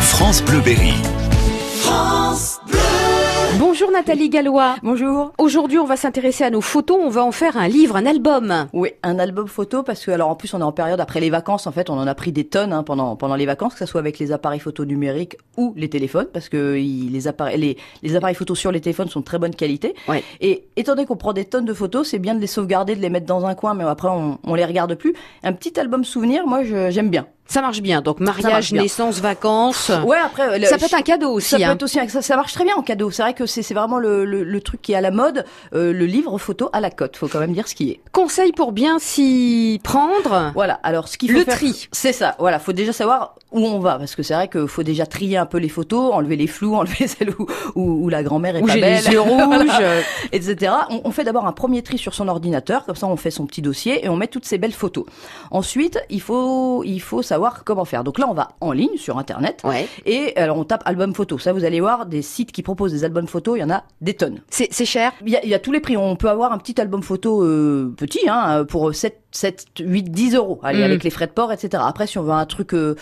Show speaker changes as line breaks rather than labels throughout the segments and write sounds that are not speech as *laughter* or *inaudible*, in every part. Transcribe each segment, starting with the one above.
France Bleu Berry.
Bonjour Nathalie Gallois.
Bonjour.
Aujourd'hui, on va s'intéresser à nos photos, on va en faire un livre, un album.
Oui, un album photo parce que alors en plus on est en période après les vacances en fait on en a pris des tonnes hein, pendant pendant les vacances que ce soit avec les appareils photo numériques ou les téléphones parce que il- les appareils les, les appareils photo sur les téléphones sont de très bonne qualité
Ouais.
et étant donné qu'on prend des tonnes de photos c'est bien de les sauvegarder de les mettre dans un coin mais après on, on les regarde plus un petit album souvenir moi je- j'aime bien
Ça marche bien, donc mariage,
marche bien.
naissance, vacances.
ouais après euh, le-
Ça peut être un cadeau aussi.
Ça peut
hein.
être aussi un- ça, ça marche très bien en cadeau. C'est vrai que c'est c'est vraiment le, le- le truc qui est à la mode, euh, le livre photo à la cote. Faut quand même dire ce qui est.
Conseil pour bien s'y prendre.
Voilà. Alors ce qu'il Oh, faut
Le
faire-
tri.
c'est ça. Voilà, faut déjà savoir où on va parce que c'est vrai que faut déjà trier un peu les photos, enlever les flous, *laughs* enlever celles où, où- où la grand-mère est
Où
pas
j'ai
belle,
les
*laughs*
yeux rouges.
Voilà, etc. On, on fait d'abord un premier tri sur son ordinateur, comme ça on fait son petit dossier et on met toutes ces belles photos. Ensuite, il faut il faut savoir comment faire. Donc là, on va en ligne sur internet.
Ouais.
Et alors on tape album photo. Ça, vous allez voir des sites qui proposent des albums photos. Il y en a des tonnes.
C'est c'est cher.
Il y, a, il y a tous les prix. On peut avoir un petit album photo euh, petit hein, pour 7, 7, 8, 10 euros. Allez,
Mm.
avec les frais de port, etc. Après, si on veut un truc... euh,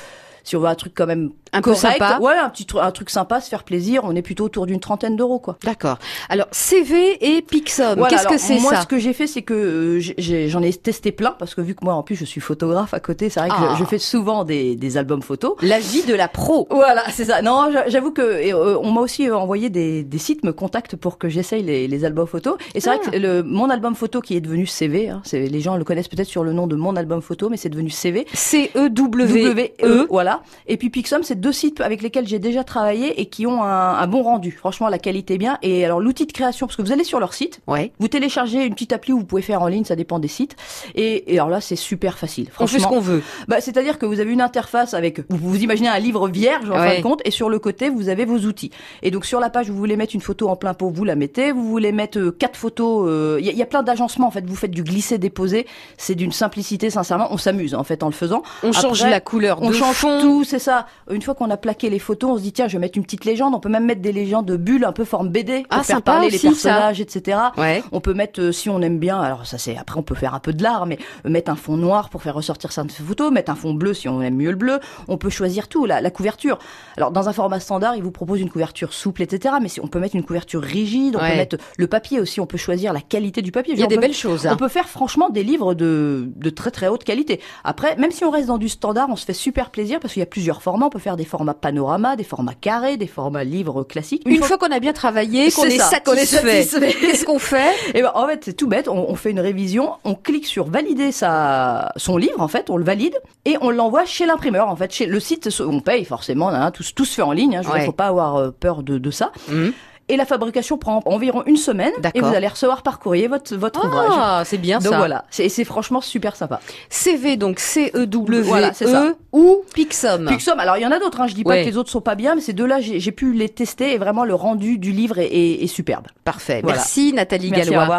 si on veut un truc quand même
Un peu
correct, Oh.
sympa.
ouais, un petit tru- un truc sympa, se faire plaisir, on est plutôt autour d'une trentaine d'euros quoi.
D'accord. Alors, CV et Pixum,
Voilà,
qu'est-ce
alors,
que c'est
Moi,
ça
ce que j'ai fait, c'est que euh, j'ai- j'ai- j'en ai, testé plein parce que vu que moi en plus je suis photographe à côté, c'est vrai que
Ah.
je, je fais souvent des, des albums photos.
La vie de la pro.
Voilà, c'est ça. Non, j'a- j'avoue que et, euh, on m'a aussi euh, envoyé des, des sites me contactent pour que j'essaye les, les albums photos. Et c'est
Ah.
vrai que le, mon album photo qui est devenu CV, hein, c'est, les gens le connaissent peut-être sur le nom de mon album photo, mais c'est devenu CV.
E C-E-W-E.
W-E, E, voilà. Et puis Pixum, c'est deux sites avec lesquels j'ai déjà travaillé et qui ont un, un bon rendu. Franchement, la qualité est bien. Et alors l'outil de création, parce que vous allez sur leur site,
Ouais.
vous téléchargez une petite appli où vous pouvez faire en ligne, ça dépend des sites. Et, et alors là, c'est super facile.
On fait ce
Franchement,
qu'on veut.
bah, c'est-à-dire que vous avez une interface avec, vous, vous imaginez un livre vierge en fin
Ouais.
de compte, et sur le côté vous avez vos outils. Et donc sur la page, vous voulez mettre une photo en plein pot, vous la mettez. Vous voulez mettre euh, quatre photos, euh, il y, a- il y a plein d'agencements en fait. Vous faites du glisser-déposer, c'est d'une simplicité sincèrement. On s'amuse en fait en le faisant.
On change
Après,
la couleur
On
de
change
fond.
tout, c'est ça. Une fois qu'on a plaqué les photos, on se dit tiens, je vais mettre une petite légende. On peut même mettre des légendes de bulles un peu forme BD pour
Ah,
faire
sympa
parler
aussi,
les
ça.
personnages, etc.
Ouais.
On peut mettre, euh, si on aime bien, alors ça c'est après on peut faire un peu de l'art, mais euh, mettre un fond noir pour faire ressortir certaines photos, mettre un fond bleu si on aime mieux le bleu. On peut choisir tout, la, la couverture. Alors dans un format standard, il vous propose une couverture souple, etc. Mais si on peut mettre une couverture rigide, on
Ouais.
peut mettre le papier aussi, on peut choisir la qualité du papier.
Il y a
On
des
peut-
belles choses. hein.
on peut faire franchement des livres de, de très très haute qualité. Après, même si on reste dans du standard, on se fait super plaisir parce qu'il y a plusieurs formats. On peut faire des formats panorama, des formats carrés, des formats livres classiques.
Une fois qu'on a bien travaillé, qu'on
C'est
est,
ça, qu'on est
satisfait,
satisfait.
qu'est-ce qu'on fait
Et ben, en fait, c'est tout bête. On, on fait une révision, on clique sur valider sa, son livre, en fait, on le valide et on l'envoie chez l'imprimeur, en fait, chez le site. On paye forcément, hein, tout, se- tout se fait en ligne. Hein, je veux dire,
Ouais.
faut pas avoir euh, peur de, de ça.
Mhm.
Et la fabrication prend environ une semaine et
D'accord.
vous allez recevoir par courrier votre, votre ouvrage.
Ah, c'est bien
Donc
ça.
voilà, c'est c'est franchement super sympa.
CV, donc C-E-W-E
Voilà, c'est ça.
E ou Pixum.
Pixum, alors il y en a d'autres, hein, je dis pas
Ouais.
que les autres sont pas bien, mais ces deux-là, j'ai j'ai pu les tester et vraiment le rendu du livre est, est- est superbe.
Parfait.
Voilà.
Merci Nathalie
Merci, au
Gallois.
revoir.